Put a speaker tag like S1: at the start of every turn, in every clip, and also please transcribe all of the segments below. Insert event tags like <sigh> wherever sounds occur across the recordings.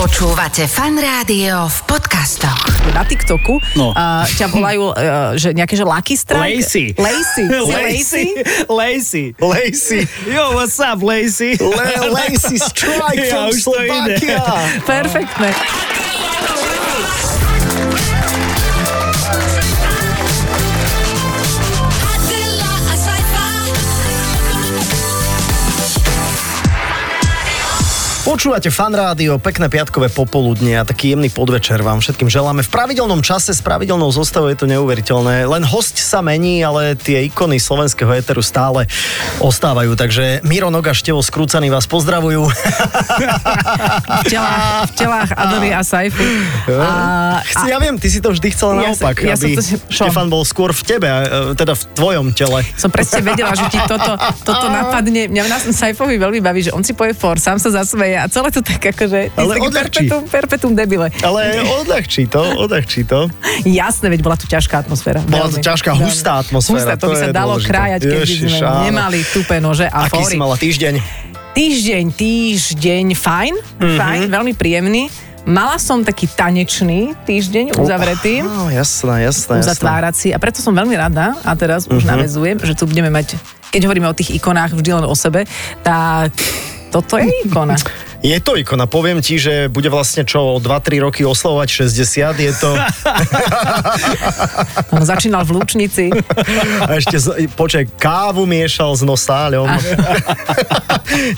S1: Počúvate fan rádio v podcastoch.
S2: na TikToku
S3: No.
S2: a ťa volajú, uh, že nejaké, že Lucky Strike?
S3: Lacey.
S2: Lacey.
S4: <laughs>
S3: <laughs>
S2: Si Lacey.
S4: No.
S3: Lacey. Lacey.
S4: Lacey.
S3: Yo, what's up, Lacey?
S4: Le- Lacey Strike
S3: <laughs> Ja
S4: from
S3: už to ide.
S4: Slovakia.
S2: Perfektné.
S5: Adela a Saifa.
S4: Počúvate fan rádio, pekné piatkové popoludne a taký jemný podvečer vám všetkým želáme. V pravidelnom čase s pravidelnou zostavou je to neuveriteľné. Len host sa mení, ale tie ikony slovenského éteru stále ostávajú. Takže Miro Noga, Števo Skrúcaný vás pozdravujú.
S2: V telách, v
S4: <laughs>
S2: telách Adony a Saifu. A, a
S4: Chci, ja viem, ty si to vždy chcela
S2: Ja som-
S4: naopak,
S2: ja som
S4: aby
S2: to- čo?
S4: Štefan bol skôr v tebe, e, teda v tvojom tele.
S2: som presne vedela, že ti toto, toto napadne. Mňa na Saifovi veľmi baví, že on si povie for, sám sa zasmeje a celé to tak akože... ty
S4: Ale
S2: si taký
S4: odľahčí.
S2: perpetuum, perpetuum debile.
S4: Ale odľahčí to, odľahčí to.
S2: Jasné, veď bola tu ťažká atmosféra.
S4: Bola
S2: Veľmi,
S4: to ťažká,
S2: veľmi.
S4: hustá
S2: Hustá,
S4: atmosféra,
S2: to,
S4: to
S2: by sa
S4: je
S2: dalo
S4: dôležité.
S2: krájať, keby
S4: Ježiš,
S2: sme
S4: áno.
S2: nemali tupe nože a
S4: Aký
S2: fóry.
S4: si mala týždeň?
S2: Týždeň, týždeň, fajn, mm-hmm. fajn, veľmi príjemný. Mala som taký tanečný týždeň uzavretý,
S4: Á, jasné, No, jasné, jasné.
S2: uzatvárací a preto som veľmi rada a teraz už navezujem, že tu budeme mať, keď hovoríme o tých ikonách vždy len o sebe, tak toto je ikona.
S4: Je to ikona, poviem ti, že bude vlastne čo o 2-3 roky oslovať 60, je
S2: <laughs>
S4: to...
S2: On začínal v Lúčnici.
S4: A ešte, z, počkaj, kávu miešal s
S2: <laughs>
S4: nosáľom.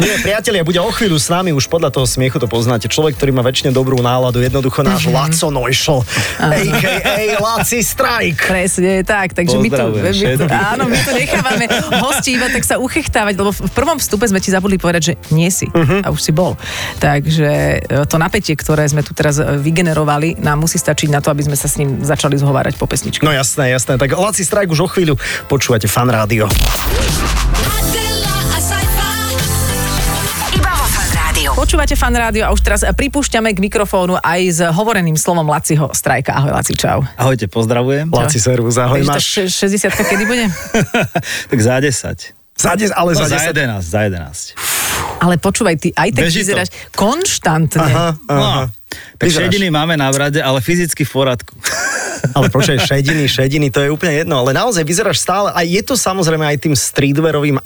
S4: Nie, priatelia, bude o chvíľu s nami, už podľa toho smiechu to poznáte. Človek, ktorý má väčšine dobrú náladu, jednoducho náš
S2: Mhm.
S4: Laco Nojšo, a.k.a. Laci Strike.
S2: Presne, tak, takže my tu,
S3: Pozdravujem
S2: my tu,
S3: všetkých.
S2: áno, my tu nechávame hosti iba tak sa uchechtávať, lebo v prvom vstupe sme ti zabudli povedať, že nie si
S3: Mhm.
S2: uh-huh. a už si bol. Takže e, to napätie, ktoré sme tu teraz e, vygenerovali, nám musí stačiť na to, aby sme sa s ním začali zhovárať po pesničke.
S4: No jasné, jasné. Tak Laci Strike už o chvíľu počúvate fan rádio.
S5: Adela a Saifa.
S1: Iba vo fan rádiu.
S2: Počúvate fan rádio a už teraz e, pripúšťame k mikrofónu aj s hovoreným slovom Laciho Strajka. Ahoj Laci, čau.
S3: Ahojte, pozdravujem.
S4: Laci servus, ahoj.
S2: Takže tá
S4: Máš
S2: še- 60 kedy bude?
S3: <laughs> tak za 10.
S4: za 10, ale
S3: No,
S4: za
S3: za
S4: 10.
S3: 11, za 11.
S2: Ale počúvaj, ty aj tak
S3: Beží to.
S2: vyzeráš konštantne.
S4: Aha, aha.
S3: No, tak
S4: Vyzeráš.
S3: šediny máme na vrade, ale fyzicky v poradku.
S4: Ale počkaj, šediny, šediny, to je úplne jedno, ale naozaj vyzeráš stále a je to samozrejme aj tým streetwearovým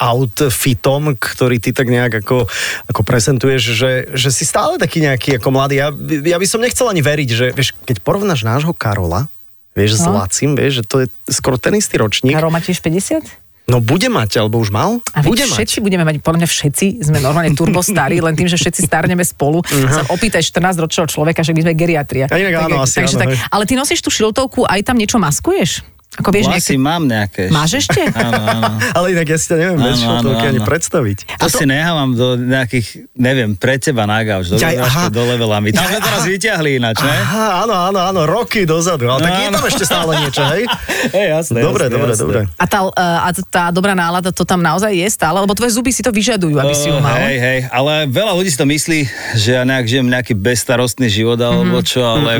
S4: outfitom, ktorý ty tak nejak ako, ako prezentuješ, že, že si stále taký nejaký ako mladý. Ja, ja by som nechcel ani veriť, že vieš, keď porovnáš nášho Karola, vieš, s
S2: No.
S4: Lacim, vieš, že to je skoro ten istý ročník.
S2: Karol, má tiež 50?
S4: No bude mať, alebo už mal?
S2: A
S4: bude
S2: veď všetci budeme mať, podľa mňa všetci sme normálne turbo starí, len tým, že všetci starneme spolu.
S3: Mhm.
S2: Sa opýtaj 14-ročného človeka, že my sme geriatria.
S4: A inak áno, asi áno, hej.
S2: ale ty nosíš tú šiltovku, aj tam niečo maskuješ? Ako
S3: <laughs>
S2: vieš, nejaké...
S3: Vlasy mám nejaké. ešte.
S2: Máš ešte?
S3: <laughs> Áno,
S4: <laughs>
S3: áno.
S4: <laughs> Ale inak ja si to neviem,
S3: Áno,
S4: vieš, čo to
S3: áno,
S4: ani
S3: áno.
S4: predstaviť.
S3: To, si nechávam do nejakých, neviem, pre teba na gauč, do,
S4: Jaj, aha.
S3: do levelami. Tam sme teraz vyťahli ináč, ne?
S4: Aha, áno, áno, áno, roky dozadu, ale tak je
S3: Áno.
S4: tam ešte stále niečo, hej?
S3: <laughs> Hej, jasné,
S4: Dobre,
S3: jasné,
S4: dobre,
S3: jasné.
S4: dobre.
S2: A tá, e, a t- tá dobrá nálada, to tam naozaj je stále? Lebo tvoje zuby si to vyžadujú, aby si ju
S3: Oh,
S2: mal.
S3: Hej, hej, ale veľa ľudí si to myslí, že ja nejak žijem nejaký bezstarostný život alebo
S2: Mhm.
S3: čo, ale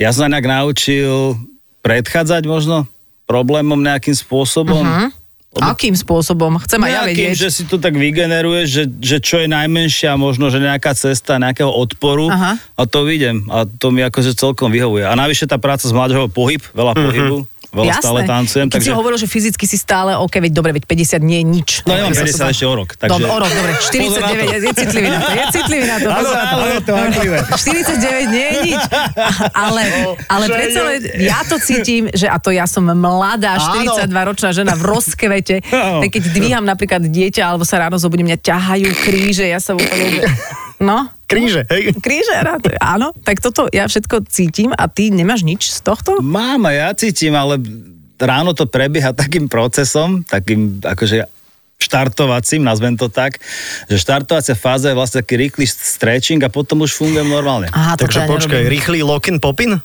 S3: ja som sa nejak naučil predchádzať možno problémom nejakým spôsobom.
S2: Akým spôsobom? Chcem aj Mhm. ja
S3: Nejakým,
S2: vedieť.
S3: že si to tak vygeneruješ, že, že čo je najmenšia možno, že nejaká cesta nejakého odporu
S2: Aha.
S3: a to vidím a to mi akože celkom vyhovuje. A navyše tá práca s mládežou pohyb, veľa pohybu, veľa
S2: Mhm. Jasné.
S3: stále tancujem,
S2: Keď
S3: takže...
S2: si hovoril, že fyzicky si stále OK, veď dobre, veď 50 nie je nič.
S3: No ja mám
S2: Takže sa
S3: 50
S2: to-
S3: ešte o rok, takže...
S2: Dobre, o rok, dobre, 49, je, je citlivý na to, je citlivý na to. pozor na to.
S3: áno, to aklivé.
S2: 49 nie je nič. Ale, ale predsa len ja to cítim, že a to ja som mladá,
S4: Áno.
S2: 42-ročná žena v rozkvete,
S4: <laughs>
S3: Áno.
S2: tak keď dvíham napríklad dieťa, alebo sa ráno zobudím, mňa ťahajú kríže, ja sa úplne... Že... No,
S4: Kríže, hej?
S2: kríže, rád, áno, tak toto ja všetko cítim a ty nemáš nič z tohto?
S3: Mám a ja cítim, ale ráno to prebieha <laughs> takým procesom, takým akože štartovacím, nazvem to tak, že štartovacia fáza je vlastne taký rýchly stretching a potom už fungujem normálne.
S2: Aha, toto
S4: Takže
S2: ja
S4: počkaj,
S2: nerobím.
S4: rýchly lokin
S2: <laughs>
S4: popin?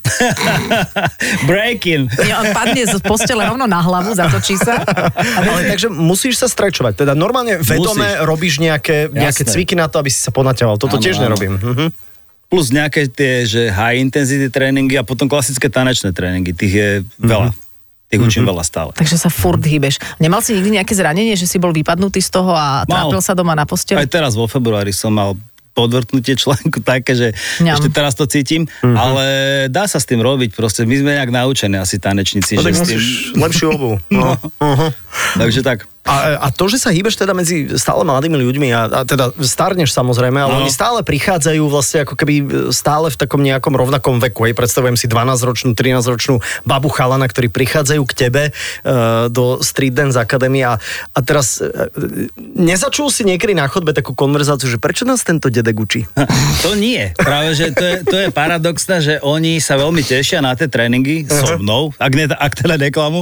S3: Breaking.
S2: Nie, on padne z postele rovno na hlavu, zatočí sa. A
S4: <laughs> Ale takže musíš sa strečovať. Teda normálne vedome
S3: Musíš.
S4: robíš nejaké, nejaké
S3: Jasné.
S4: cviky na to, aby si sa ponaťahoval. Toto
S3: Áno,
S4: tiež
S3: áno.
S4: nerobím. Mhm.
S3: Plus nejaké tie, že high intensity tréningy a potom klasické tanečné tréningy. Tých je
S4: Mhm.
S3: veľa. Tých učím veľa stále.
S2: Takže sa furt hýbeš. Nemal si nikdy nejaké zranenie, že si bol vypadnutý z toho a
S3: Mal.
S2: trápil sa doma na posteli?
S3: Aj teraz vo februári som mal podvrtnutie článku <laughs> také, že
S2: Ňam.
S3: ešte teraz to cítim,
S4: Mhm.
S3: ale dá sa s tým robiť, proste my sme nejak naučení asi tanečníci,
S4: No tak
S3: že s tým,
S4: musíš lepšiu
S3: <laughs>
S4: obu. No. Aha.
S3: takže tak.
S4: A, a to, že sa hýbeš teda medzi stále mladými ľuďmi a, a teda starneš samozrejme, ale
S3: No.
S4: no. oni stále prichádzajú vlastne ako keby e, stále v takom nejakom rovnakom veku. Hej, predstavujem si 12-ročnú, 13-ročnú babu chalana, ktorí prichádzajú k tebe e, do Street Dance Academy a, a teraz e, e, nezačul si niekedy na chodbe takú konverzáciu, že prečo nás tento dedek učí?
S3: To nie. Práve, že to je, to je paradoxné, že oni sa veľmi tešia na tie tréningy so mnou, ak, ne, ak teda neklamu,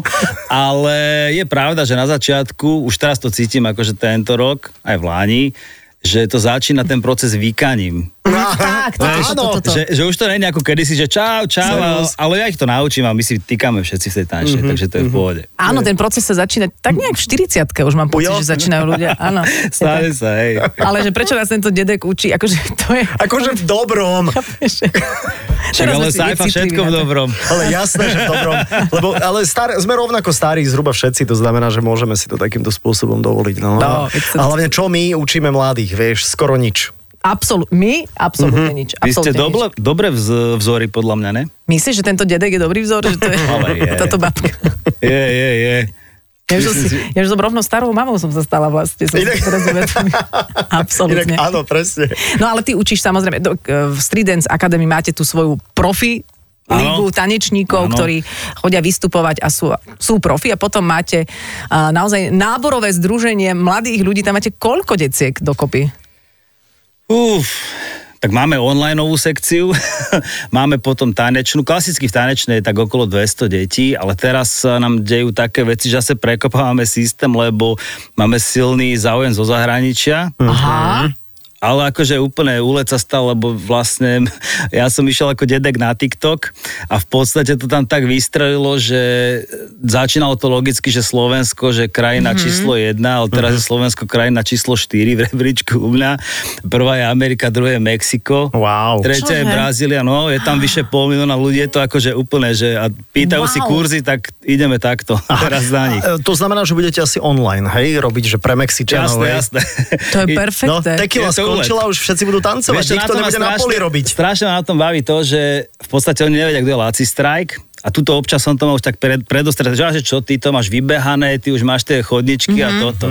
S3: ale je pravda, že na začiatku, už teraz to cítim akože tento rok, aj v Láni, že to začína ten proces vykaním.
S2: Tak, to,
S4: Vieš,
S2: to, to, to, to.
S3: Že, že už to nie je ako kedysi, že čau, čau, ale,
S4: Servus.
S3: ale ja ich to naučím a my si týkame všetci v tej
S2: Mhm,
S3: tančnej, mm-hmm, takže to je v pohode.
S2: Áno, ten proces sa začína tak nejak v 40 už mám pocit,
S4: Jo.
S2: že začínajú ľudia.
S3: <laughs>
S2: Áno. Je
S3: Stále
S2: tak.
S3: sa, hej.
S2: Ale že prečo nás tento dedek učí, akože <laughs> to je...
S4: <laughs> Akože v dobrom.
S2: Chápeš?
S3: Čak,
S2: Teraz sme
S3: ale
S2: si
S3: sajfa
S2: necitliví
S3: všetko
S2: na
S3: v
S2: to.
S3: dobrom.
S4: Ale jasné, že v dobrom. Lebo, ale star, sme rovnako starí zhruba všetci, to znamená, že môžeme si to takýmto spôsobom dovoliť. No.
S2: No, veď
S4: a
S2: to-
S4: hlavne čo my učíme mladých, vieš, skoro nič.
S2: Absolu- my? Absolútne nič.
S3: Mhm. Vy ste
S2: absolútne nič.
S3: doble, dobre vz, vzory, podľa mňa, ne?
S2: Myslíš, že tento dedek je dobrý vzor? Že to je,
S3: <laughs> Ale je.
S2: táto babka.
S3: Je, je, je.
S2: Ja už, som si, ja už som rovno starou mamou som sa stala vlastne. Som
S4: Inak-
S2: si teraz
S3: <laughs>
S2: uvedomila. Absolútne.
S4: Inak, áno, presne.
S2: No ale ty učíš samozrejme, do, e, v Street Dance Academy máte tú svoju profi
S3: Áno.
S2: ligu tanečníkov,
S3: Áno.
S2: ktorí chodia vystupovať a sú, sú profi a potom máte a, naozaj náborové združenie mladých ľudí, tam máte koľko deciek dokopy?
S3: Uf, tak máme onlineovú sekciu, <laughs> máme potom tanečnú, klasicky v tanečnej je tak okolo 200 detí, ale teraz sa nám dejú také veci, že zase prekopávame systém, lebo máme silný záujem zo zahraničia.
S2: Aha.
S3: Ale akože úplne úlec sa stal, lebo vlastne <laughs> ja som išiel ako dedek na TikTok a v podstate to tam tak vystrelilo, že začínalo to logicky, že Slovensko, že krajina mm-hmm. číslo jedna, ale teraz mm-hmm. je Slovensko krajina číslo 4 v rebríčku u mňa. Prvá je Amerika, druhé je Mexiko.
S4: Wow.
S3: Tretia je
S2: Čože?
S3: Brazília, no, je tam vyše pol milióna ľudí, je to akože úplne, že a pýtajú wow. si
S2: Wow.
S3: kurzy, tak ideme takto <laughs> teraz na nich.
S4: E, To znamená, že budete asi online, hej, robiť, že pre Mexičanov.
S3: Jasné,
S4: hej?
S3: jasné.
S2: To je
S3: I-
S2: perfektné.
S4: No, tequila
S3: Je to
S4: skončila, už všetci budú tancovať,
S3: Vieš čo,
S4: nikto
S3: na tom ma
S4: nebude na poli robiť.
S3: Strašne ma na tom baví to, že v podstate oni nevedia, kto je Laci Strike a tuto občas som to mal už tak pred, predostrel, že, á, že čo, ty to máš vybehané, ty už máš tie chodničky mm-hmm. a toto.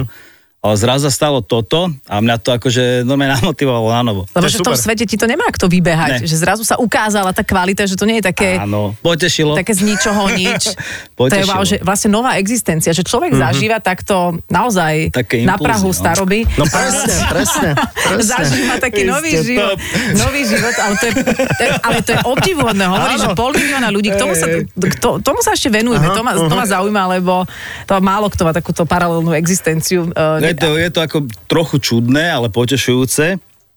S3: Ale zrazu sa stalo toto a mňa <laughs> to akože normálne namotivovalo na novo.
S2: Lebo
S4: To
S2: že
S4: je
S2: v tom
S4: super.
S2: svete ti to nemá kto vybehať,
S3: Ne.
S2: že zrazu sa ukázala tá kvalita, že to nie je také...
S3: Áno, potešilo.
S2: Také z ničoho
S3: <laughs>
S2: nič. to je
S3: Potešilo. Mhm.
S2: wow, že vlastne nová existencia, že človek zažíva takto naozaj
S3: Také
S2: na
S3: impulzy,
S2: Prahu
S3: no.
S2: staroby.
S4: No
S2: <laughs>
S4: presne, presne, presne.
S2: Zažíva taký
S3: Vy
S2: nový
S3: ste
S2: život,
S3: top.
S2: nový život, ale to je, to je, ale to je obdivuhodné. Hovorí, že pol milióna ľudí, k tomu sa, k to, tomu sa ešte venujeme, to ma, to ma zaujíma, lebo to málo kto má takúto paralelnú existenciu. Uh,
S3: Je to, je to ako trochu čudné, ale potešujúce.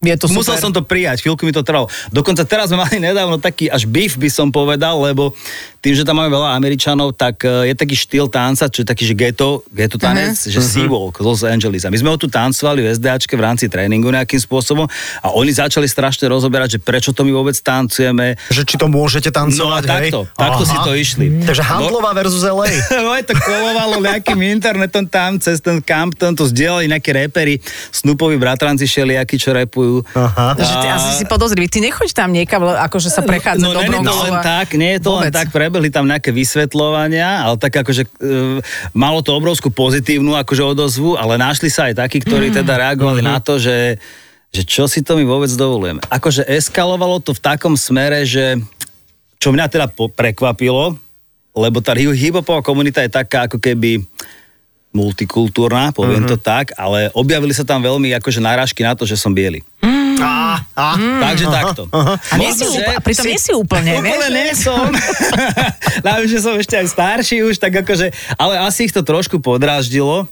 S2: je to
S3: Musel
S2: super.
S3: som to prijať, chvíľku mi to trvalo. Dokonca teraz sme mali nedávno taký až beef, by som povedal, lebo tým, že tam máme veľa Američanov, tak e, je taký štýl tanca, čo je taký, že ghetto, ghetto tanec, uh-huh. že
S2: Mhm.
S3: Seawalk z Los Angeles. A my sme ho tu tancovali v SDAčke v rámci tréningu nejakým spôsobom a oni začali strašne rozoberať, že prečo to my vôbec tancujeme. <laughs>
S4: Že či to môžete
S3: No a
S4: tancovať, hej?
S3: takto, takto si
S4: Aha.
S3: to išli.
S4: Takže Handlová versus LA.
S2: Mm.
S3: No aj to kolovalo nejakým internetom tam, cez ten Campton, to zdieľali nejakí repery, Snoopovi bratranci šeliaky, čo repujú.
S4: Aha.
S2: Že ty asi si podozrivý. Ty nechoď tam niekam, le- akože sa prechádza
S3: No, nie
S2: dobrom
S3: je to len
S2: slova.
S3: tak, nie je to len
S2: Vôbec.
S3: tak, prebehli tam nejaké vysvetľovania, ale tak akože e, malo to obrovskú pozitívnu akože odozvu, ale našli sa aj
S2: Mm.
S3: takí, ktorí teda reagovali na to, že, že čo si to my vôbec dovolujeme. Akože eskalovalo to v takom smere, že čo mňa teda po- prekvapilo, lebo tá hi- hip-hopová komunita je taká ako keby multikultúrna, poviem to tak, ale objavili sa tam veľmi akože náražky na to, že som biely.
S4: Á, á.
S3: Takže takto.
S2: A nie si úplne, a pritom nie si úplne,
S3: Úplne
S2: vieš?
S3: nie
S2: <laughs>
S3: som. Dám, že som ešte aj starší už, tak akože, ale asi ich to trošku podráždilo.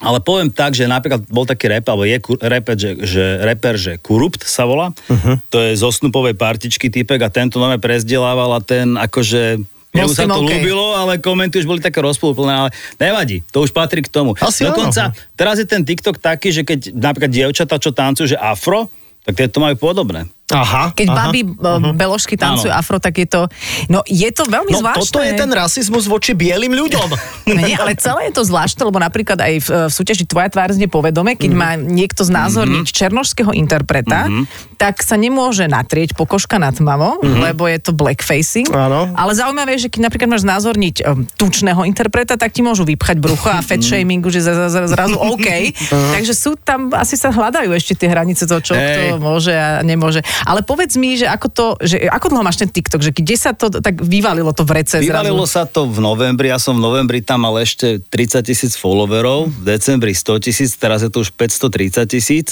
S3: Ale poviem tak, že napríklad bol taký rap, alebo je kur- rapper, že, že, rapper, že Kurupt sa volá. Uh-huh. To je zo snupovej partičky typek a tento nome prezdelával a ten akože...
S2: Bol
S3: Jemu
S2: s
S3: sa
S2: tým
S3: to
S2: OK.
S3: ľúbilo, ale komenty už boli také rozplúplné, ale nevadí, to už patrí k tomu.
S4: Asi
S3: Dokonca teraz je ten TikTok taký, že keď napríklad dievčatá, čo tancujú, že afro, tak tie to majú podobné.
S4: Aha.
S2: Keď
S4: aha. Mhm.
S2: baby uh-huh. beložky tancujú
S3: Áno.
S2: afro, tak je to... No je to veľmi
S4: No
S2: zvláštne.
S4: toto je ten rasizmus voči bielým ľuďom.
S2: Nie, ale celé je to zvláštne, lebo napríklad aj v, v súťaži Tvoja tvár znie povedome,
S3: Mhm.
S2: keď má niekto znázorniť černošského interpreta,
S3: Mhm.
S2: tak sa nemôže natrieť pokožka na tmavo, lebo je to blackfacing.
S4: Áno.
S2: Ale zaujímavé je, že keď napríklad máš znázorniť um, tučného interpreta, tak ti môžu vypchať brucho
S3: Mhm.
S2: a fat shamingu, že za- za- za-
S3: <laughs>
S2: zrazu OK. Takže sú tam, asi sa hľadajú ešte tie hranice toho, čo
S3: Hej.
S2: kto môže a nemôže. Ale povedz mi, že ako to, že ako dlho máš ten TikTok, že kde sa to tak vyvalilo to vrece
S3: Vyvalilo
S2: zrazu?
S3: sa to v novembri, ja som v novembri tam mal ešte 30 tisíc followerov, v decembri 100 tisíc, teraz je to už 530 tisíc.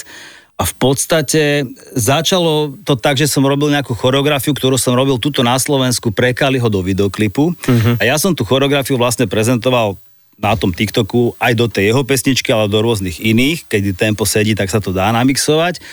S3: A v podstate začalo to tak, že som robil nejakú choreografiu, ktorú som robil tuto na Slovensku, prekali ho do videoklipu. Uh-huh. A ja som tú choreografiu vlastne prezentoval na tom TikToku aj do tej jeho pesničky, ale do rôznych iných, keď tempo sedí, tak sa to dá namixovať.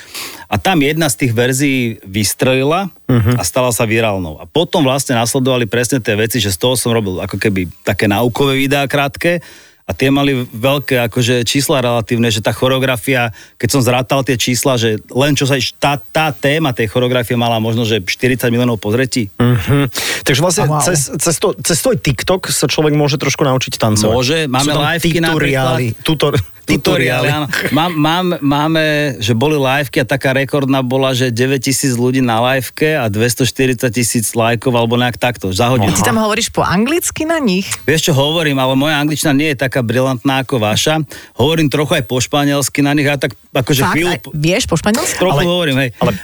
S3: A tam jedna z tých verzií vystrelila uh-huh. a stala sa virálnou. A potom vlastne nasledovali presne tie veci, že z toho som robil ako keby také naukové videá krátke a tie mali veľké akože čísla relatívne, že tá choreografia, keď som zrátal tie čísla, že len čo sa tá, tá téma tej choreografie mala možno, že 40 miliónov pozretí.
S4: <laughs> Mhm. Takže vlastne
S2: Wow.
S4: wow. cez, cez, to, cez tvoj TikTok sa človek môže trošku naučiť tancovať.
S3: Môže, máme
S4: Sú tam
S3: liveky
S4: tutoriály. Tutor,
S3: <laughs> Tutoriály, áno. Mám, mám, máme, že boli liveky a taká rekordná bola, že 9000 ľudí na liveke a 240 tisíc lajkov alebo nejak takto, za hodinu.
S2: Ty tam hovoríš po anglicky na nich?
S3: Vieš, čo hovorím, ale moja angličtina nie je taká brilantná ako vaša. Hovorím trochu aj po španielsky na nich a tak akože
S2: Fakt?
S3: chvíľu...
S2: Aj, vieš po španielsku?
S3: Trochu
S4: Ale-
S3: hovorím, hej.
S4: Ale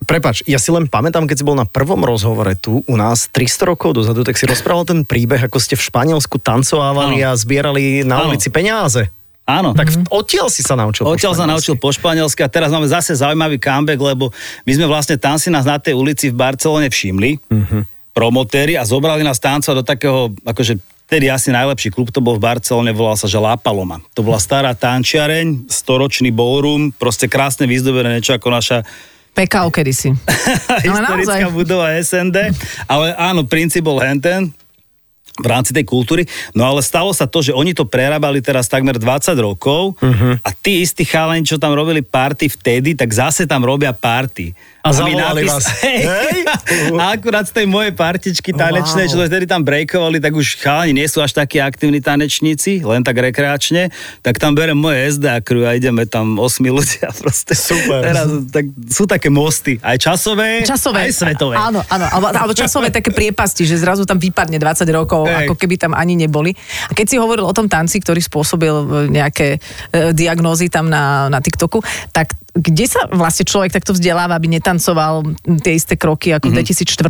S4: Prepač, ja si len pamätám, keď si bol na prvom rozhovore tu u nás 300 rokov dozadu, tak si rozprával ten príbeh, ako ste v Španielsku tancovávali
S3: Áno.
S4: a zbierali na
S3: Áno.
S4: ulici peniaze.
S3: Áno.
S4: Tak v- odtiaľ si sa naučil. po
S3: Odtiaľ sa
S4: španielsky.
S3: naučil po španielsky a teraz máme zase zaujímavý comeback, lebo my sme vlastne tam si nás na tej ulici v Barcelone všimli,
S4: Mhm.
S3: uh-huh. promotéri a zobrali nás tanca do takého, akože tedy asi najlepší klub to bol v Barcelone, volal sa, že La Paloma. To bola stará tančiareň, storočný ballroom, proste krásne vyzdobené niečo ako naša
S2: PKO
S3: <laughs>
S2: kedysi.
S4: No,
S2: Ale
S3: historická
S2: naozaj.
S3: budova SND, ale áno, princíp bol henten v rámci tej kultúry. No ale stalo sa to, že oni to prerábali teraz takmer 20 rokov
S4: Mhm.
S3: uh-huh. a tí istí chalani, čo tam robili party vtedy, tak zase tam robia party.
S4: A
S3: mi
S4: zavolali vás.
S3: <laughs> Hej.
S4: Hej?
S3: <laughs> A akurát z tej mojej partičky tanečnej,
S4: Wow.
S3: čo vtedy tam breakovali, tak už chalani nie sú až takí aktívni tanečníci, len tak rekreačne, tak tam berem moje SD crew a ideme tam osmi ľudia <laughs> proste.
S4: Super.
S3: Teraz tak, sú také mosty, aj časové,
S2: Časové.
S3: aj svetové.
S2: Áno, áno. Alebo, alebo časové také priepasti, že zrazu tam vypadne 20 rokov, Ej.
S3: Hej.
S2: ako keby tam ani neboli. A keď si hovoril o tom tanci, ktorý spôsobil e, nejaké e, diagnózy tam na, na TikToku, tak kde sa vlastne človek takto vzdeláva, aby netancoval tie isté kroky
S3: Mhm.
S2: ako v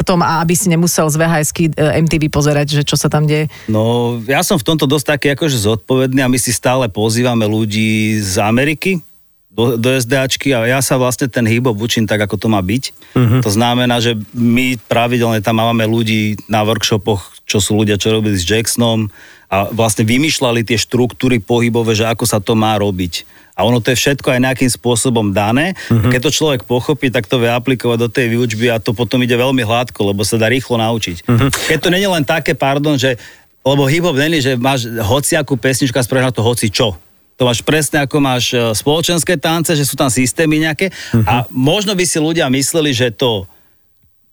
S2: 2004 a aby si nemusel z VHS-ky e, MTV pozerať, že čo sa tam deje?
S3: No, ja som v tomto dosť taký akože zodpovedný a my si stále pozývame ľudí z Ameriky do, do SDAčky a ja sa vlastne ten hýbob učím tak, ako to má byť. Uh-huh. To znamená, že my pravidelne tam máme ľudí na workshopoch, čo sú ľudia, čo robili s Jacksonom a vlastne vymýšľali tie štruktúry pohybové, že ako sa to má robiť. A ono to je všetko aj nejakým spôsobom dané. Uh-huh. Keď to človek pochopí, tak to vie aplikovať do tej výučby a to potom ide veľmi hladko, lebo sa dá rýchlo naučiť. Uh-huh. Keď to není len také, pardon, že lebo hip-hop není, že máš hociakú pesničku a spravíš na to hoci čo. To máš presne ako máš e, spoločenské tance, že sú tam systémy nejaké uh-huh. a možno by si ľudia mysleli, že to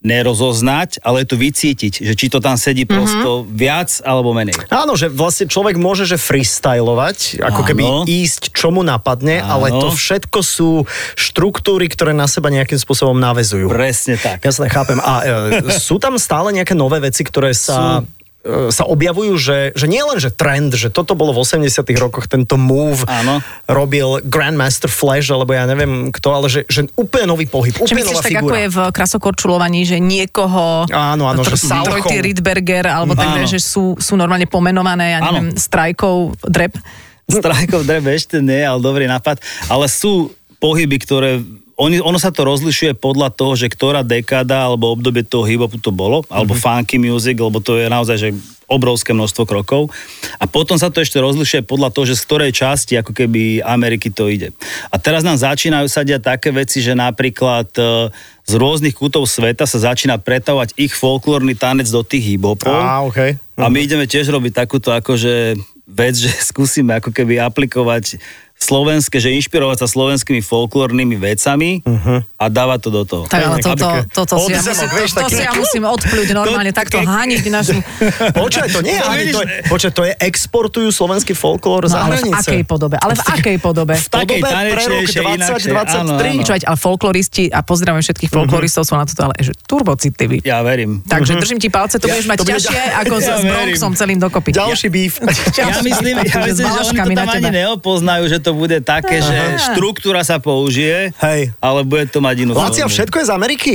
S3: nerozoznať, ale to vycítiť, že či to tam sedí uh-huh. prosto viac alebo menej.
S4: Áno, že vlastne človek môže že freestylovať, ako
S3: Áno.
S4: keby ísť čomu napadne,
S3: Áno.
S4: ale to všetko sú štruktúry, ktoré na seba nejakým spôsobom navezujú.
S3: Presne tak.
S4: Jasné, chápem. A
S3: <laughs>
S4: e, sú tam stále nejaké nové veci, ktoré sa e, sa objavujú, že, že nie len, že trend, že toto bolo v 80 rokoch, tento move
S3: Áno.
S4: robil Grandmaster Flash, alebo ja neviem kto, ale že, že úplne nový pohyb,
S2: Čo
S4: úplne
S2: myslíš
S4: nová
S2: tak,
S4: figura.
S2: ako je v krasokorčulovaní, že niekoho...
S4: Áno, áno,
S2: tr-
S4: že Salchom.
S2: Trojky Rydberger, alebo tak,
S3: Áno.
S2: že sú, sú normálne pomenované, ja
S3: Áno.
S2: neviem, strajkov, drep.
S3: Strajkov dreve ešte nie, ale dobrý nápad. Ale sú pohyby, ktoré... Oni, ono sa to rozlišuje podľa toho, že ktorá dekáda alebo obdobie toho hip-hopu to bolo, alebo funky music, lebo to je naozaj že obrovské množstvo krokov. A potom sa to ešte rozlišuje podľa toho, že z ktorej časti ako keby Ameriky to ide. A teraz nám začínajú sa diať také veci, že napríklad e, z rôznych kútov sveta sa začína pretavovať ich folklórny tanec do tých hip-hopov.
S4: Á, okej.
S3: <laughs> A my ideme tiež robiť takúto akože vec, že skúsime ako keby aplikovať slovenské, že inšpirovať sa slovenskými folklórnymi vecami uh-huh.
S4: Mhm.
S3: a dávať to do toho.
S2: Tak ale
S4: Pekne,
S2: toto,
S4: Katke.
S2: toto si ja
S4: Odzemok,
S2: musím,
S4: vieš,
S2: to, to
S4: taký-
S2: si ja musím odpľuť normálne, takto
S4: <laughs>
S2: haniť našu...
S4: Počkaj, to
S2: <laughs>
S4: nie je
S3: To
S4: ani,
S3: vidíš,
S4: to je, počkaj, to je exportujú slovenský folklór
S2: No
S4: za
S2: ale v
S4: hranice.
S2: akej podobe? Ale v akej podobe?
S4: V takej
S3: Podobe
S4: pre rok
S3: tanečnejšej, inakšej, áno,
S4: 2023.
S3: áno.
S2: Počúvať, ale folkloristi, a pozdravujem
S4: Mhm.
S2: všetkých folkloristov, sú na toto ale že turbocitliví.
S3: Ja verím.
S2: Takže držím ti palce, to budeš mať
S4: Mhm. to bude-
S2: ťažšie
S4: <laughs>
S2: ako s
S3: Ja
S2: s
S3: verím.
S2: Bronxom celým dokopy.
S4: Ďalší
S3: <laughs>
S4: býv.
S3: Ja myslím, ja
S2: Takže s
S3: myslím že oni
S2: balaškami
S3: to
S2: na
S3: tam ani
S2: tebe.
S3: neopoznajú, že to bude také, že
S2: Aha.
S3: štruktúra sa použije,
S4: Hej.
S3: ale bude to mať inú
S4: Lácia,
S3: formu.
S4: všetko je z Ameriky?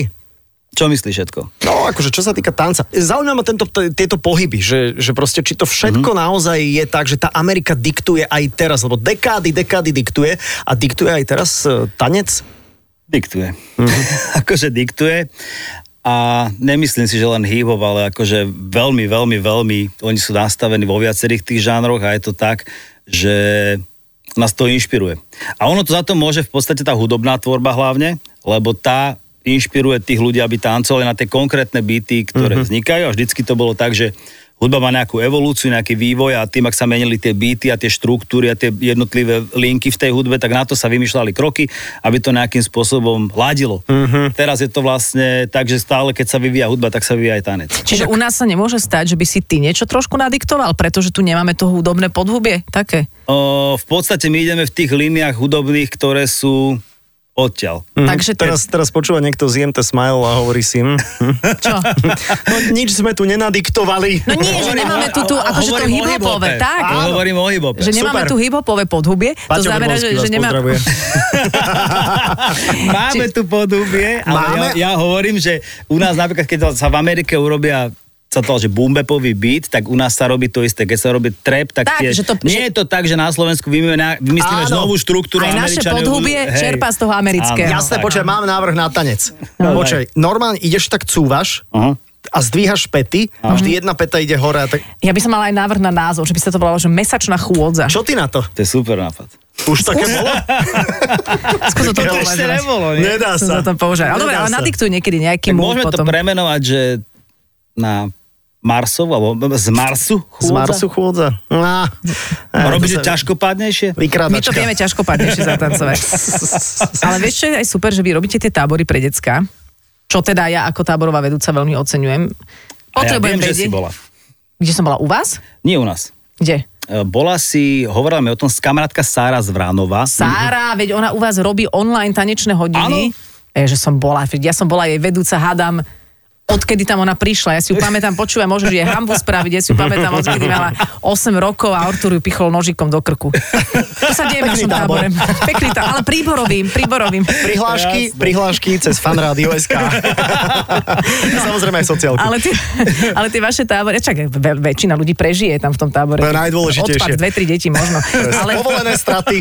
S3: Čo myslíš všetko?
S4: No, akože čo sa týka tanca. Zaujíma ma tento, t- tieto pohyby, že, že proste či to všetko
S3: Mhm.
S4: mm-hmm. naozaj je tak, že tá Amerika diktuje aj teraz, lebo dekády, dekády diktuje a diktuje aj teraz e, tanec.
S3: Diktuje. <laughs> akože diktuje. A nemyslím si, že len hip ale akože veľmi, veľmi, veľmi, oni sú nastavení vo viacerých tých žánroch a je to tak, že nás to inšpiruje. A ono to za to môže v podstate tá hudobná tvorba hlavne, lebo tá inšpiruje tých ľudí, aby tancovali na tie konkrétne byty, ktoré mm-hmm. vznikajú. A vždycky to bolo tak, že hudba má nejakú evolúciu, nejaký vývoj a tým, ak sa menili tie beaty a tie štruktúry a tie jednotlivé linky v tej hudbe, tak na to sa vymýšľali kroky, aby to nejakým spôsobom ladilo. Mm-hmm. Teraz je to vlastne tak, že stále, keď sa vyvíja hudba, tak sa vyvíja aj tanec.
S2: Čiže u nás sa nemôže stať, že by si ty niečo trošku nadiktoval, pretože tu nemáme to hudobné podhubie také.
S3: O, v podstate my ideme v tých líniách hudobných, ktoré sú odtiaľ.
S2: Mhm, Takže to-
S4: teraz, teraz počúva niekto z IMT Smile a hovorí si, hm, hm.
S2: Čo?
S4: no, nič sme tu nenadiktovali.
S2: No nie, že nemáme tu, tu akože to
S3: Hovorím o
S2: hip-hopové,
S3: hip-hope.
S2: tak.
S3: Áno. Hovorím o hip
S2: Že nemáme
S4: Super.
S2: tu hip-hopové podhubie, to
S4: Paťo
S2: znamená, že,
S4: Vrbovský
S2: že
S4: vás
S2: nemáme...
S4: pozdravuje.
S3: <laughs> Máme tu podobie, ale
S4: Máme?
S3: Ja, ja hovorím, že u nás napríklad, keď sa v Amerike urobia sa to, že bumbepový beat, tak u nás sa robí to isté. Keď sa robí trap, tak,
S2: Tak,
S3: tie,
S2: že to-
S3: nie
S2: že-
S3: je to tak, že na Slovensku vymyslíme, vymyslíme
S4: Áno.
S3: novú štruktúru.
S2: Aj naše
S3: Američania
S2: podhubie
S3: budú- hej.
S2: čerpá z toho amerického.
S3: Áno,
S4: Jasné,
S3: tak.
S4: počkaj, mám návrh na tanec.
S3: No,
S4: Počkaj, normálne ideš tak cúvaš
S3: Aha.
S4: a zdvíhaš pety a vždy jedna peta ide hore a tak...
S2: Ja by som mala aj návrh na názov, že by sa to volalo, že mesačná chôdza.
S4: Čo ty na to?
S3: To je super nápad.
S4: Už také bolo?
S2: <laughs> Skús to
S4: To
S3: ešte
S2: považovať.
S3: nebolo, nie?
S4: Nedá
S2: Som
S4: sa.
S2: za to používať. Ale dobre,
S4: Nedá
S2: ale
S4: sa.
S2: nadiktuj niekedy nejaký
S3: Tak
S2: múd
S3: môžeme to
S2: potom.
S3: premenovať, že na Marsov, alebo z Marsu
S4: Z
S3: chôdza?
S4: Marsu chôdza. Á, á,
S3: Robí,
S4: No. to
S3: že
S4: sa-
S3: ťažkopádnejšie?
S4: Vykrádačka.
S2: My to vieme ťažko padnejšie zatancovať. Ale vieš, čo je aj super, že vy robíte tie tábory pre decka, čo teda ja ako táborová vedúca veľmi oceňujem.
S3: A ja
S2: Potrebujem
S3: viem, že
S2: vedieť,
S3: si bola.
S2: kde som bola u vás?
S3: Nie u nás.
S2: Kde?
S3: E, Bola si, hovorila mi o tom, s kamarátka Sára
S4: Mhm.
S3: Zvranova.
S2: Sára, veď ona u vás robí online tanečné hodiny. E, že som bola, veď ja som bola jej vedúca, hádam, odkedy tam ona prišla. Ja si ju pamätám, počúvaj, môžeš jej hambu spraviť, ja si ju pamätám, odkedy mala 8 rokov a Artur ju pichol nožikom do krku. To sa deje v našom
S4: Pekný tábor.
S2: tábore. Pekný tá, ale príborovým, príborovým.
S4: Prihlášky, prihlášky
S2: <laughs>
S4: cez fanradio.sk. Samozrejme aj sociálku.
S2: Ale tie, ale tie vaše tábory, čak, ve- väčšina ľudí prežije tam v tom tábore.
S4: To je
S2: Odpad,
S4: najdôležitejšie.
S2: dve, tri deti možno.
S4: Ale...
S2: Ale,
S4: Povolené straty.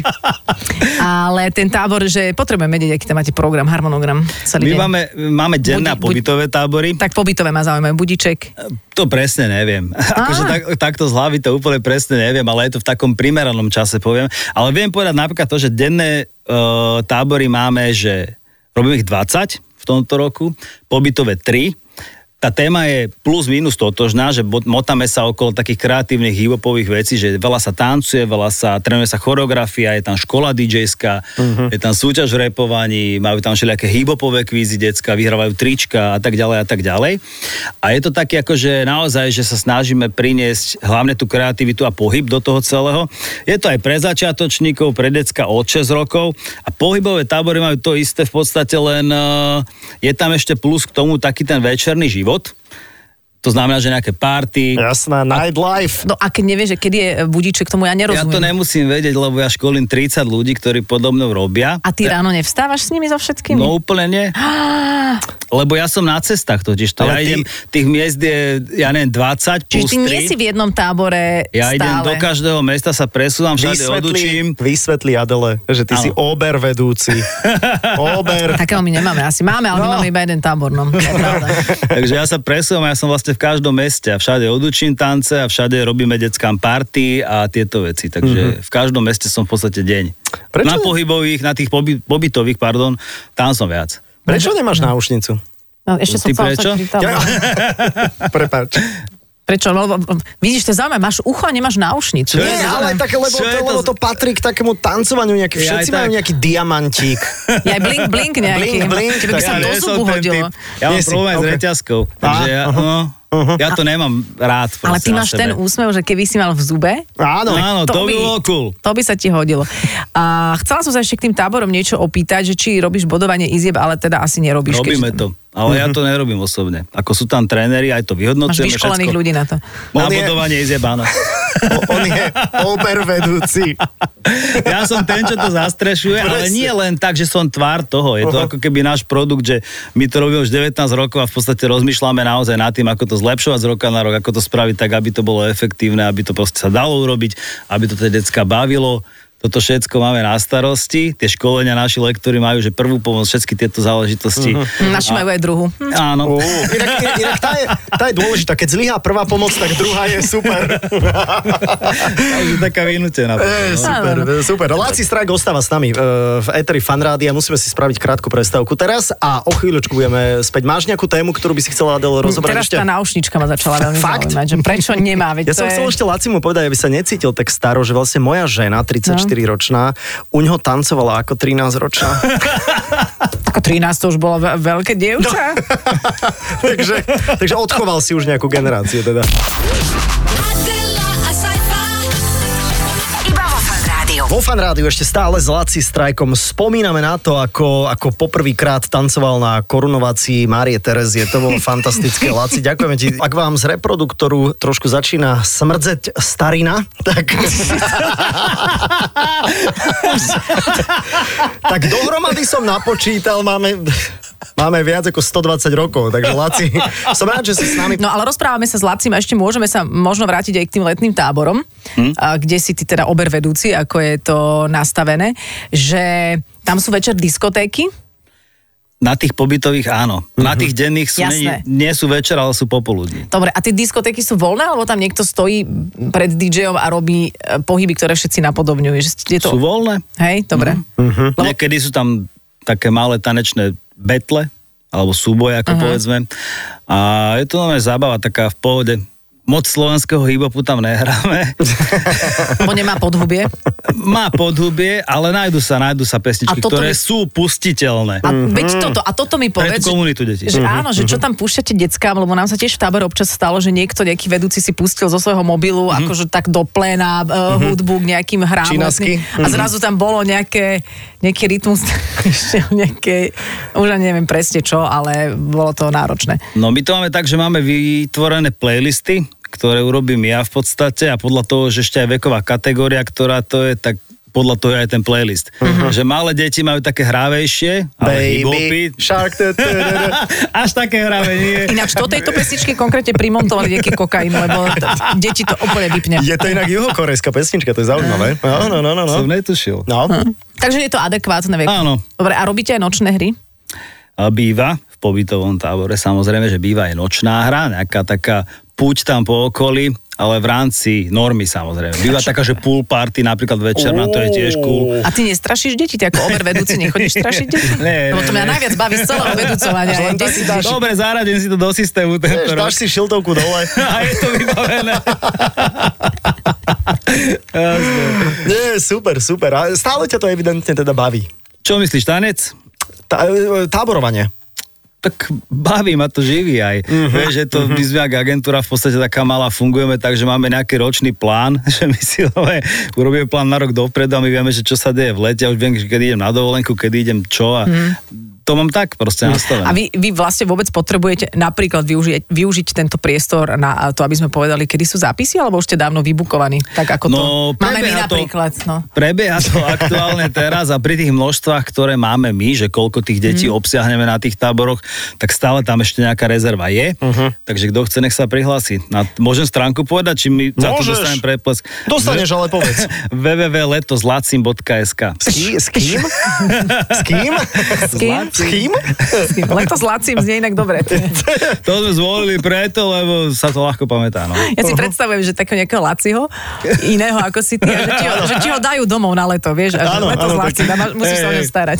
S2: ale ten tábor, že potrebujem vedieť, aký tam máte program, harmonogram celý
S3: My
S2: deň.
S3: máme, máme denné
S2: Buď-
S3: a
S2: buď-
S3: pobytové tábory.
S2: Tak pobytové ma zaujímajú, budiček.
S3: To presne neviem. <laughs> Akože tak, takto z hlavy to úplne presne neviem, ale je to v takom primeranom čase, poviem. Ale viem povedať napríklad to, že denné uh, tábory máme, že robím ich 20 v tomto roku, pobytové 3. Tá téma je plus minus totožná, že bo- motáme sa okolo takých kreatívnych hip vecí, že veľa sa tancuje, veľa sa, trénuje sa choreografia, je tam škola dj
S2: Mm.
S3: uh-huh. je tam súťaž v repovaní, majú tam všelijaké hip-hopové kvízy decka, vyhrávajú trička a tak ďalej a tak ďalej. A je to také akože naozaj, že sa snažíme priniesť hlavne tú kreativitu a pohyb do toho celého. Je to aj pre začiatočníkov, pre decka od 6 rokov a pohybové tábory majú to isté v podstate, len eh, je tam ešte plus k tomu taký ten večerný život. To znamená, že nejaké party,
S4: Jasná, nightlife.
S2: No a keď nevieš, že kedy je e, budíček, tomu ja
S3: ja to
S2: nerozumiem.
S3: nemusím vedieť, lebo ja školím 30 ľudí, ktorí podobno robia.
S2: A ty ráno nevstávaš s nimi so všetkými?
S3: No úplne nie. Lebo ja som na cestách totiž. To.
S4: Ale
S3: Ja
S4: ty-
S3: idem, tých miest je, ja neviem, 20
S2: Čiže
S3: plus
S2: ty nie
S3: 3.
S2: si v jednom tábore
S3: ja
S2: stále.
S3: idem do každého mesta, sa presúvam, všade
S2: <laughs>
S3: odučím.
S4: Vysvetli, vysvetli Adele, že ty
S3: Áno.
S4: si ober vedúci. Ober.
S2: Takého my nemáme asi. Máme, ale no. my
S4: No.
S2: máme iba jeden tábor. No. To je pravda.
S3: Takže ja sa presúvam, ja som vlastne v každom meste a všade odučím tance a všade robíme deckám party a tieto veci. Takže mm-hmm. v každom meste som v podstate deň.
S4: Mhm. Prečo?
S3: Na pohybových, na tých poby, pobytových, pardon, tam som viac.
S4: Prečo nemáš náušnicu?
S2: No, ešte som
S3: Ty
S2: chcela
S3: prečo?
S2: ostať pri tábore.
S4: Prepáč.
S2: Prečo? Lebo, vidíš, to je zaujímavé, máš ucho a nemáš náušnicu.
S3: Čo
S2: Nie,
S4: Nie,
S3: je to
S4: ale
S3: za-
S4: tak, lebo,
S3: čo
S4: to,
S3: je to
S4: lebo
S3: za-
S4: to patrí k takému tancovaniu nejaké,
S3: Ja aj
S4: všetci majú
S3: tak.
S4: nejaký <laughs> diamantík.
S2: Je aj blink, blink nejaký.
S4: Blink, blink,
S2: Keby by
S4: tak
S2: sa
S4: ja
S2: do
S3: nie som
S2: zubu
S3: ten
S2: hodilo.
S3: typ. Ja mám
S4: Nie si,
S3: problém s
S4: ok.
S3: reťazkou, takže
S4: Á,
S3: ja,
S4: aha,
S3: no, ja to nemám rád.
S2: Ale
S3: proste
S2: ty
S3: na
S2: máš
S3: sebe.
S2: ten úsmev, že keby si mal v zube,
S4: Áno.
S3: Áno, to by bolo cool.
S2: To by sa ti hodilo. A chcela som sa ešte k tým táborom niečo opýtať, že či robíš bodovanie izieb, ale teda asi nerobíš. keď-
S3: Robíme to, ale ja to nerobím osobne. Ako sú tam tréneri, aj
S2: Mhm. Máš
S3: to vyhodnocujeme
S2: vyškolených
S3: všetko.
S2: ľudí na to.
S4: On je-
S3: Nabodovanie je áno.
S4: O- On je <laughs> obervedúci.
S3: Ja som ten, čo to zastrešuje, ale
S4: Presne.
S3: nie len tak, že som tvár toho. Je to
S4: Aha.
S3: ako keby náš produkt, že my to robíme už 19 rokov a v podstate rozmýšľame naozaj nad tým, ako to zlepšovať z roka na rok, ako to spraviť tak, aby to bolo efektívne, aby to proste sa dalo urobiť, aby to tie decka bavilo. Toto všetko máme na starosti. Tie školenia naši lektori majú, že prvú pomoc, všetky tieto záležitosti.
S4: Mhm.
S2: Naši majú aj druhu. Hm.
S3: Áno.
S4: Inak, inak tá, je, tá je dôležitá. Keď zlyhá prvá pomoc, tak druhá je <laughs> super.
S3: <laughs> Takže taká vynútená.
S4: E, super, e, super. Láci Strák ostáva s nami e, v Eteri Fanrády a musíme si spraviť krátku prestávku teraz a o chvíľočku budeme späť. Máš nejakú tému, ktorú by si chcela Adel rozobrať
S2: Mm, Hm, Teraz
S4: ešte?
S2: tá náušnička ma začala veľmi
S4: Fakt?
S2: zaujímať, že prečo nemá, veď
S4: <laughs> Ja
S2: to
S4: som
S2: je...
S4: chcel ešte Lacimu povedať, aby sa necítil tak staro, že vlastne moja
S2: No.
S4: žena, 34-ročná, u ňoho tancovala ako 13-ročná.
S2: Ako 13 to už bolo ve- veľké dievča.
S4: No. <laughs> takže, takže odchoval si už nejakú generáciu teda.
S5: Adela, a sci-fi.
S1: Iba vo fan rádiu.
S4: Vo Fan Rádiu ešte stále s Laci Strajkom spomíname na to, ako, ako poprvýkrát tancoval na korunovácii Márie Terezie. To bolo fantastické. Laci, ďakujeme ti. Ak vám z reproduktoru trošku začína smrdzeť starina, tak... <laughs> tak dohromady som napočítal, máme... Máme viac ako 120 rokov, takže Laci, som rád, že si s nami...
S2: No ale rozprávame sa s Lacim a ešte môžeme sa možno vrátiť aj k tým letným táborom, hm? kde si ty teda obervedúci, ako je to nastavené, že tam sú večer diskotéky,
S3: Na tých pobytových áno. Na tých denných sú, nie,
S2: Jasné.
S3: nie sú večer, ale sú popoludní.
S2: Dobre, a tie diskotéky sú voľné, alebo tam niekto stojí pred DJom a robí e, pohyby, ktoré všetci napodobňujú? Že ste to...
S3: Sú voľné?
S2: Hej, dobre. Mm-hmm. Lebo
S3: Niekedy sú tam také malé tanečné betle, alebo súboje,
S2: Mhm.
S3: ako povedzme. A je to normálne zábava taká v pohode. Moc slovenského hip-hopu tam nehráme.
S2: lebo nemá podhubie.
S3: Má podhubie, ale nájdu sa, nájdu sa
S2: A
S3: pesničky,
S2: toto
S3: ktoré
S2: by-
S3: sú pustiteľné.
S2: A, veď toto, a toto mi
S3: Pre
S2: povedz,
S3: tú komunitu detí.
S2: že áno, že čo tam púšťate deckám, lebo nám sa tiež v tábore občas stalo, že niekto, nejaký vedúci si pustil zo svojho mobilu mm-hmm. akože tak do plena uh, hudbu k nejakým hrám.
S4: Čínasky.
S2: letným. A zrazu tam bolo nejaké, nejaký rytmus, <laughs> ešte nejaké, už ani neviem presne čo, ale bolo to náročné.
S3: No my to máme tak, že máme vytvorené playlisty, ktoré urobím ja v podstate a podľa toho, že ešte aj veková kategória, ktorá to je, tak podľa toho je aj ten playlist. Uh-huh. Že malé deti majú také hrávejšie, ale
S4: <laughs> Mhm. Baby,
S3: hip-hopy,
S4: shark, tö, tö, tö, tö.
S3: až také hravé nie.
S2: Ináč do tejto pesničky konkrétne primontovali nejaký kokain, lebo t- deti to úplne vypne.
S4: Je to inak juhokorejská pesnička, to je zaujímavé. No, no, no, no. no.
S3: Som netušil.
S4: No.
S2: Hm. Takže je to adekvátne veku.
S3: Áno.
S2: Dobre, a robíte aj nočné hry?
S3: A Býva v pobytovom tábore, samozrejme, že býva aj nočná hra, nejaká taká púť tam po okolí, ale v rámci normy samozrejme. Býva taká, že pool party napríklad večerná, to je tiež cool.
S2: A ty nestrašíš deti? Ty ako overvedúci nechodíš strašiť deti?
S3: Nie,
S2: Lebo to
S3: nie,
S2: mňa
S3: nie.
S2: najviac baví z celého vedúcovania.
S4: Že len
S2: Kde
S4: tak
S2: si
S4: si
S2: dáš?
S3: Dobre, zaradím si to do systému tento
S4: Vieš,
S3: rok.
S4: Dáš si šiltovku dole.
S3: <laughs> A je to vybavené.
S4: Nie, super, super. A stále ťa to evidentne teda baví.
S3: Čo myslíš, tanec?
S4: Tá, e, táborovanie.
S3: tak baví ma to živí aj. Uh-huh. Vieš, že to uh-huh. my sme ako agentúra v podstate taká malá fungujeme, takže máme nejaký ročný plán, <laughs> že my si nové, urobíme plán na rok dopredu a my vieme, že čo sa deje v lete, a už viem, že kedy idem na dovolenku, kedy idem čo a to mám tak proste nastavené.
S2: A vy, vy vlastne vôbec potrebujete napríklad využiť, využiť tento priestor na to, aby sme povedali, kedy sú zápisy, alebo už ste dávno vybukovaní, tak ako to máme my
S3: prebieha
S2: napríklad. No.
S3: Prebieha to <laughs> aktuálne teraz a pri tých množstvách, ktoré máme my, že koľko tých detí
S2: Mhm.
S3: mm. obsiahneme na tých táboroch, tak stále tam ešte nejaká rezerva je. Uh-huh.
S2: Mhm.
S3: Takže kto chce, nech sa prihlási. Na, môžem stránku povedať, či mi za to
S4: Môžeš.
S3: dostanem preplesk?
S4: Dostaneš, ale
S3: <laughs>
S4: povedz.
S3: www.letozlacim.sk
S2: <laughs>
S4: S, ký, s kým?
S2: S kým?
S4: S kým?
S3: Zlatým
S4: S kým?
S2: S kým? Len to s Lacím znie inak dobre.
S3: To sme zvolili preto, lebo sa to ľahko pamätá. No.
S2: Ja si predstavujem, že takého nejakého Laciho, iného ako si ty, a že ti ho, že ti ho dajú domov na leto, vieš, a že
S4: Áno,
S2: leto
S4: áno,
S2: s
S4: tak-
S2: Lacím, a máš- musíš sa o ňo
S4: Hej.
S2: starať.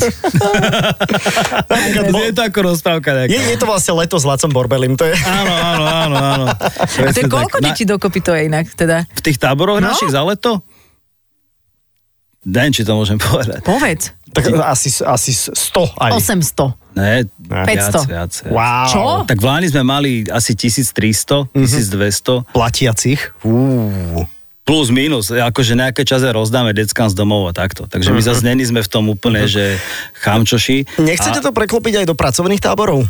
S3: Je to ako rozprávka
S4: Je,
S3: nejaká.
S4: je to vlastne leto s Lacom Borbelim, to je...
S3: Áno, áno, áno, áno.
S2: A to je
S3: Presne tak.
S2: koľko
S3: Na-
S2: detí dokopy to je inak, teda?
S3: V tých táboroch
S2: No.
S3: našich za leto? Den, či to môžem povedať.
S2: Povedz.
S4: Tak asi, asi 100 aj.
S2: 800.
S3: Ne, viac,
S2: 500.
S3: viac, viac.
S4: Wow.
S2: Čo?
S3: Tak v Láni sme mali asi 1300, 1200,
S4: Platiacich. Uú.
S3: plus minus, akože nejaké čase rozdáme deckám z domov a takto. Takže my zase není sme v tom úplne, že chamčoši.
S4: Nechcete to preklopiť aj do pracovných táborov?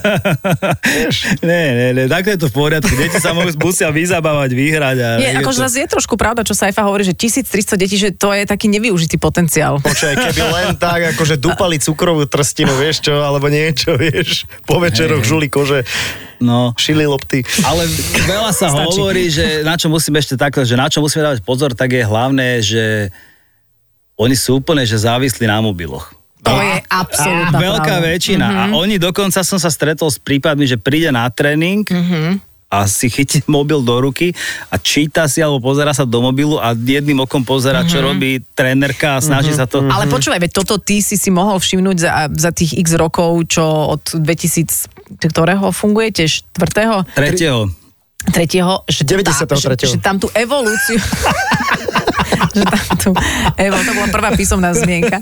S3: <laughs> Nie, nie, nie, tak je to v poriadku. Deti sa môžu, musia vyzabávať, vyhrať. A
S2: Nie, akože
S3: to-
S2: zase je trošku pravda, čo Saifa hovorí, že 1300 detí, že to je taký nevyužitý potenciál.
S4: Počkaj, keby len tak, akože dupali cukrovú trstinu, vieš čo, alebo niečo, <laughs> vieš, po večeroch žuli kože,
S3: No.
S4: šili lopty.
S3: Ale veľa sa
S4: Stačí.
S3: hovorí, že na čo musíme ešte takto, že na čo musíme dávať pozor, tak je hlavné, že oni sú úplne že závislí na mobiloch.
S2: To je absolútna
S3: Veľká
S2: pravda.
S3: väčšina. A oni dokonca som sa stretol s prípadmi, že príde na tréning a si chytí <laughs> mobil do ruky a číta si alebo pozera sa do mobilu a jedným okom pozera, čo robí trénerka a snaží sa to...
S2: Mhm. Ale počúvaj, veď toto ty si si mohol všimnúť za, za tých x rokov, čo od 2000, ktorého fungujete, štvrtého,
S3: Tretieho.
S2: tretieho, že,
S4: 93..
S2: že, že tam tú evolúciu... že tam tú, evo, to bola prvá písomná zmienka,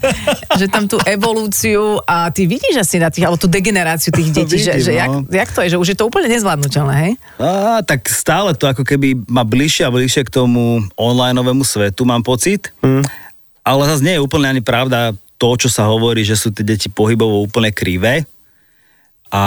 S2: že tam tú evolúciu a ty vidíš asi na tých, alebo tú degeneráciu tých detí, že,
S3: vidím,
S2: že jak,
S3: no.
S2: jak to je, že už je to úplne nezvládnutelné, hej?
S3: Á, tak stále to ako keby ma bližšie a bližšie k tomu onlineovému svetu, mám pocit. Mm. Ale zase nie je úplne ani pravda to, čo sa hovorí, že sú tie deti pohybovo úplne krivé. A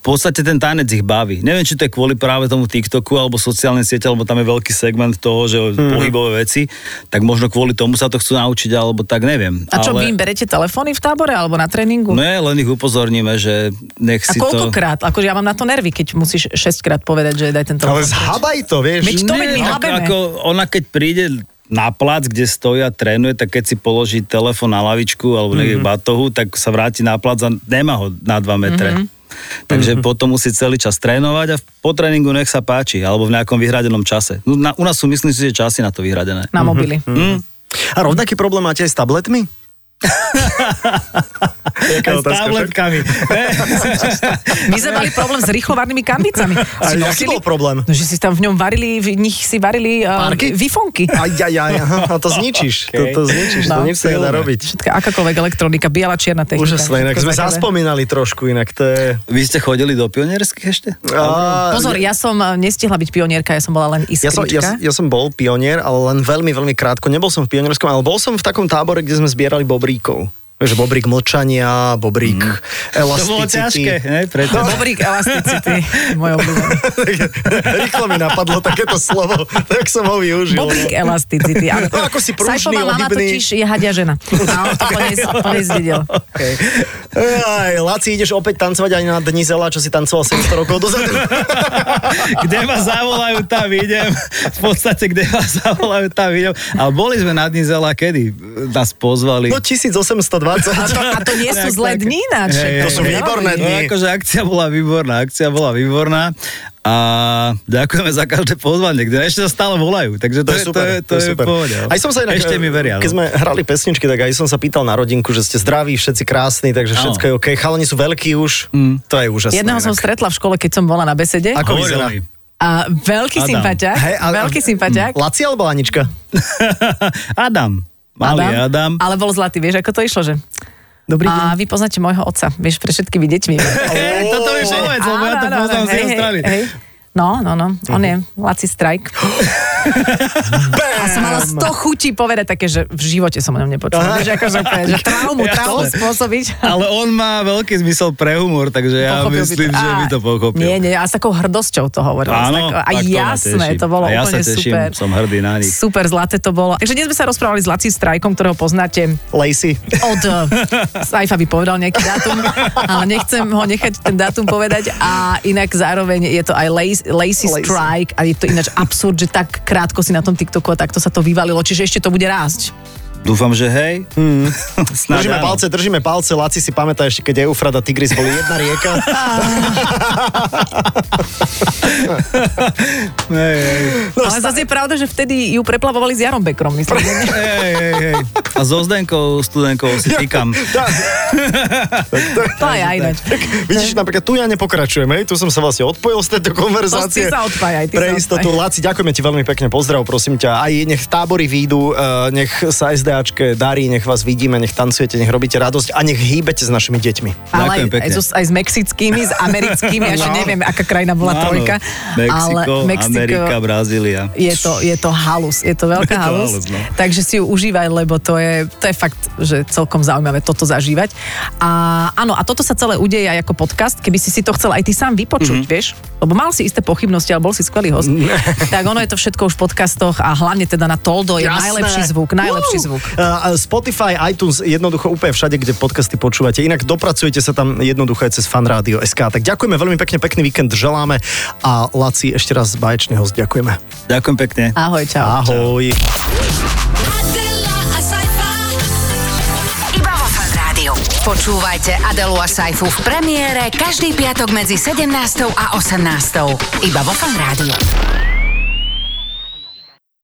S3: v podstate ten tanec ich baví. Neviem, či to je kvôli práve tomu TikToku alebo sociálnej siete, alebo tam je veľký segment toho, že mm. pohybové veci, tak možno kvôli tomu sa to chcú naučiť, alebo tak neviem.
S2: A čo,
S3: Ale...
S2: vy im berete telefóny v tábore alebo na tréningu?
S3: Ne, len ich upozorníme, že nech
S2: a
S3: si to...
S2: koľkokrát? Akože ja mám na to nervy, keď musíš 6 krát povedať, že daj ten
S4: Ale
S2: telefón.
S4: zhabaj to, vieš.
S2: Veď to veď my
S3: ako,
S2: habeme.
S3: ako ona keď príde na plac, kde stojí a trénuje, tak keď si položí telefon na lavičku alebo niekde
S2: Mhm.
S3: mm-hmm. batohu, tak sa vráti na plac a nemá ho na 2 metre.
S2: Mhm.
S3: Mm-hmm. Takže mm-hmm. potom musí celý čas trénovať a v- po tréningu nech sa páči, alebo v nejakom vyhradenom čase. No, na, u nás sú myslím si, že časy na to vyhradené.
S2: Na mobily.
S3: Mm.
S4: A rovnaký problém máte aj s tabletmi?
S2: <laughs>
S4: Jaká
S3: Aj s
S4: otázka, však?
S3: tabletkami.
S2: My sme mali problém s rýchlovarnými kambicami.
S4: A
S2: Si
S4: aký
S2: nosili-
S4: bol problém?
S2: No, že si tam v ňom varili, v nich si varili uh,
S4: Párky? <laughs>
S2: vifonky.
S4: Aj, aj, aj, aha, a to zničíš, to,
S3: Okay.
S4: to zničíš, to
S2: No,
S4: nič sa nedá robiť.
S2: Všetká, akákoľvek elektronika, biela, čierna technika.
S4: Úžasné, inak
S2: všetko
S4: sme
S2: zakazané.
S4: zaspomínali trošku, inak to je...
S3: Vy ste chodili do pionierských ešte?
S4: Á,
S2: Pozor, ja som eh, nestihla byť pionierka, ja som bola len
S4: Ja som,
S2: iskrička.
S4: ja, ja som bol pionier, ale len veľmi, veľmi krátko. Nebol som v pionierskom, ale bol som v takom tábore, kde sme zbierali bobríkov. Vieš, bobrík mlčania, bobrík mm. elasticity.
S3: To bolo
S4: <laughs>
S3: ťažké, ne? Preto.
S2: Dobrík elasticity, môj obľúbený.
S4: Rýchlo mi napadlo takéto slovo, tak som ho využil.
S2: Bobrík elasticity, áno.
S4: No, ako si pružný,
S2: Saifová mama
S4: ohybný.
S2: totiž je hadia žena. A on to po nej,
S4: <laughs>
S2: po nej zdedil.
S4: Okay. Aj, Laci, ideš opäť tancovať aj na Dni zela, čo si tancoval 700 rokov dozadu.
S3: kde ma zavolajú, tam idem. V podstate, kde ma zavolajú, tam idem. A boli sme na dni zela, kedy nás pozvali.
S4: No 1820.
S2: A to, a to nie sú
S3: Nejak
S2: zlé
S3: tak.
S2: dní na
S3: Hej,
S4: To sú výborné
S3: No,
S4: dni.
S3: akože akcia bola výborná, akcia bola výborná. A ďakujeme za každé pozvanie, kde ešte sa stále volajú. Takže to, je, to, je, to, je, v pohode. no.
S4: Aj som sa inak, eh,
S3: Ešte mi veria.
S4: Keď
S3: no.
S4: sme hrali pesničky, tak aj som sa pýtal na rodinku, že ste zdraví, všetci krásni, takže
S3: Áno.
S4: všetko je OK. Chalani sú veľkí už, mm. to je úžasné.
S2: Jedného som
S4: inak.
S2: stretla v škole, keď som bola na besede.
S4: Ako
S3: Hovorili.
S4: vyzerá?
S2: A veľký
S3: Adam.
S2: sympaťák,
S4: Hej, ale-
S2: veľký sympaťák.
S4: Laci alebo Anička?
S3: Adam. Malý Adam.
S2: Ale bol zlatý, vieš, ako to išlo, že...
S4: Dobrý
S2: A
S4: deň.
S2: vy poznáte môjho otca, vieš, pre všetkými
S3: <laughs>
S2: deťmi.
S3: <laughs> Hej, Toto mi povedz, lebo ja to
S2: Áno, áno,
S3: poznám
S2: áno,
S3: z
S2: hej,
S3: jeho
S2: hej,
S3: strany.
S2: hej. No, no, no, on je Laci
S3: <gasps>
S2: Strike. A som mala 100 chutí povedať také, že v živote som o ňom nepočula. Vieš, akože, úplne,
S3: <laughs>
S2: že traumu,
S3: Jasné.
S2: traumu spôsobiť.
S3: Ale on má veľký zmysel pre humor, takže <laughs> ja
S2: <laughs> Pochopil by
S3: myslím, že
S2: Á,
S3: by to pochopil.
S2: Nie, nie, a s takou hrdosťou to hovoril.
S3: Áno,
S2: tak, a
S3: tak to ma
S2: jasné,
S3: teší.
S2: to bolo
S3: A ja
S2: úplne
S3: sa teším,
S2: super.
S3: som hrdý na nich.
S2: Super, zlaté to bolo. Takže dnes sme sa rozprávali s Lacím Strajkom, ktorého poznáte
S4: Lacey.
S2: od... eh, Saifa by povedal nejaký dátum, ale nechcem ho nechať ten dátum povedať. A inak zároveň je to aj Lace- Lacy
S4: Lacy.
S2: Strike a je to ináč absurd, že tak krátko si na tom TikToku a takto sa to vyvalilo. Čiže ešte to bude rásť.
S3: Dúfam, že hej. Mm. <laughs> Snáď
S4: Držíme
S3: áno.
S4: palce, držíme palce. Laci si pamätá ešte, keď Eufrada Tigris boli jedna
S3: <laughs>
S4: rieka.
S3: Hej, hej.
S2: No, Ale zase je pravda, že vtedy ju preplavovali s Jarom Bekrom, myslím. že nie?
S3: Hej, hej, hej. A so Zdenkou, studentkou si týkam.
S4: Tak,
S2: To aj aj ináč.
S4: <laughs> Vidíš, napríklad tu ja nepokračujem, hej? tu som sa vlastne odpojil z tejto
S2: To si
S4: konverzácie.
S2: sa odpájaj, ty sa
S4: Pre istotu,
S2: odpájaj.
S4: Laci, ďakujeme ti veľmi pekne, pozdrav, prosím ťa. Aj nech tábory výjdu, eh, nech sa SDAčke darí, nech vás vidíme, nech tancujete, nech robíte radosť a nech hýbete s našimi
S2: Ale
S4: deťmi.
S2: aj,
S3: Ďakujem pekne.
S2: aj, so, aj s mexickými, s americkými, až
S4: No.
S2: neviem, aká krajina bola
S3: Áno,
S2: trojka.
S3: Mexiko, Amerika, Brazília.
S2: je to, je to halus, je to veľká
S3: Je to
S2: halus,
S3: halus, no.
S2: takže si ju užívaj, lebo to je, to je fakt, že celkom zaujímavé toto zažívať. A áno, a toto sa celé udeje aj ako podcast, keby si si to chcel aj ty sám vypočuť, mm-hmm. vieš, lebo mal si isté pochybnosti, ale bol si skvelý host, tak ono je to všetko už v podcastoch a hlavne teda na Toldo je
S4: Jasné.
S2: najlepší zvuk, najlepší
S4: Woo!
S2: zvuk.
S4: Uh, Spotify, iTunes, jednoducho úplne všade, kde podcasty počúvate. Inak dopracujete sa tam jednoducho aj cez fanrádio SK. Tak ďakujeme veľmi pekne, pekný víkend želáme a Laci ešte raz báječný host, ďakujeme.
S3: Ďakujem pekne.
S2: Ahoj, čau.
S4: Ahoj.
S5: Adela, a sci-fi.
S1: Iba vo Fan Rádiu. Počúvajte Adelu a Saifu v premiére každý piatok medzi 17. a 18. Iba vo Fan Rádiu.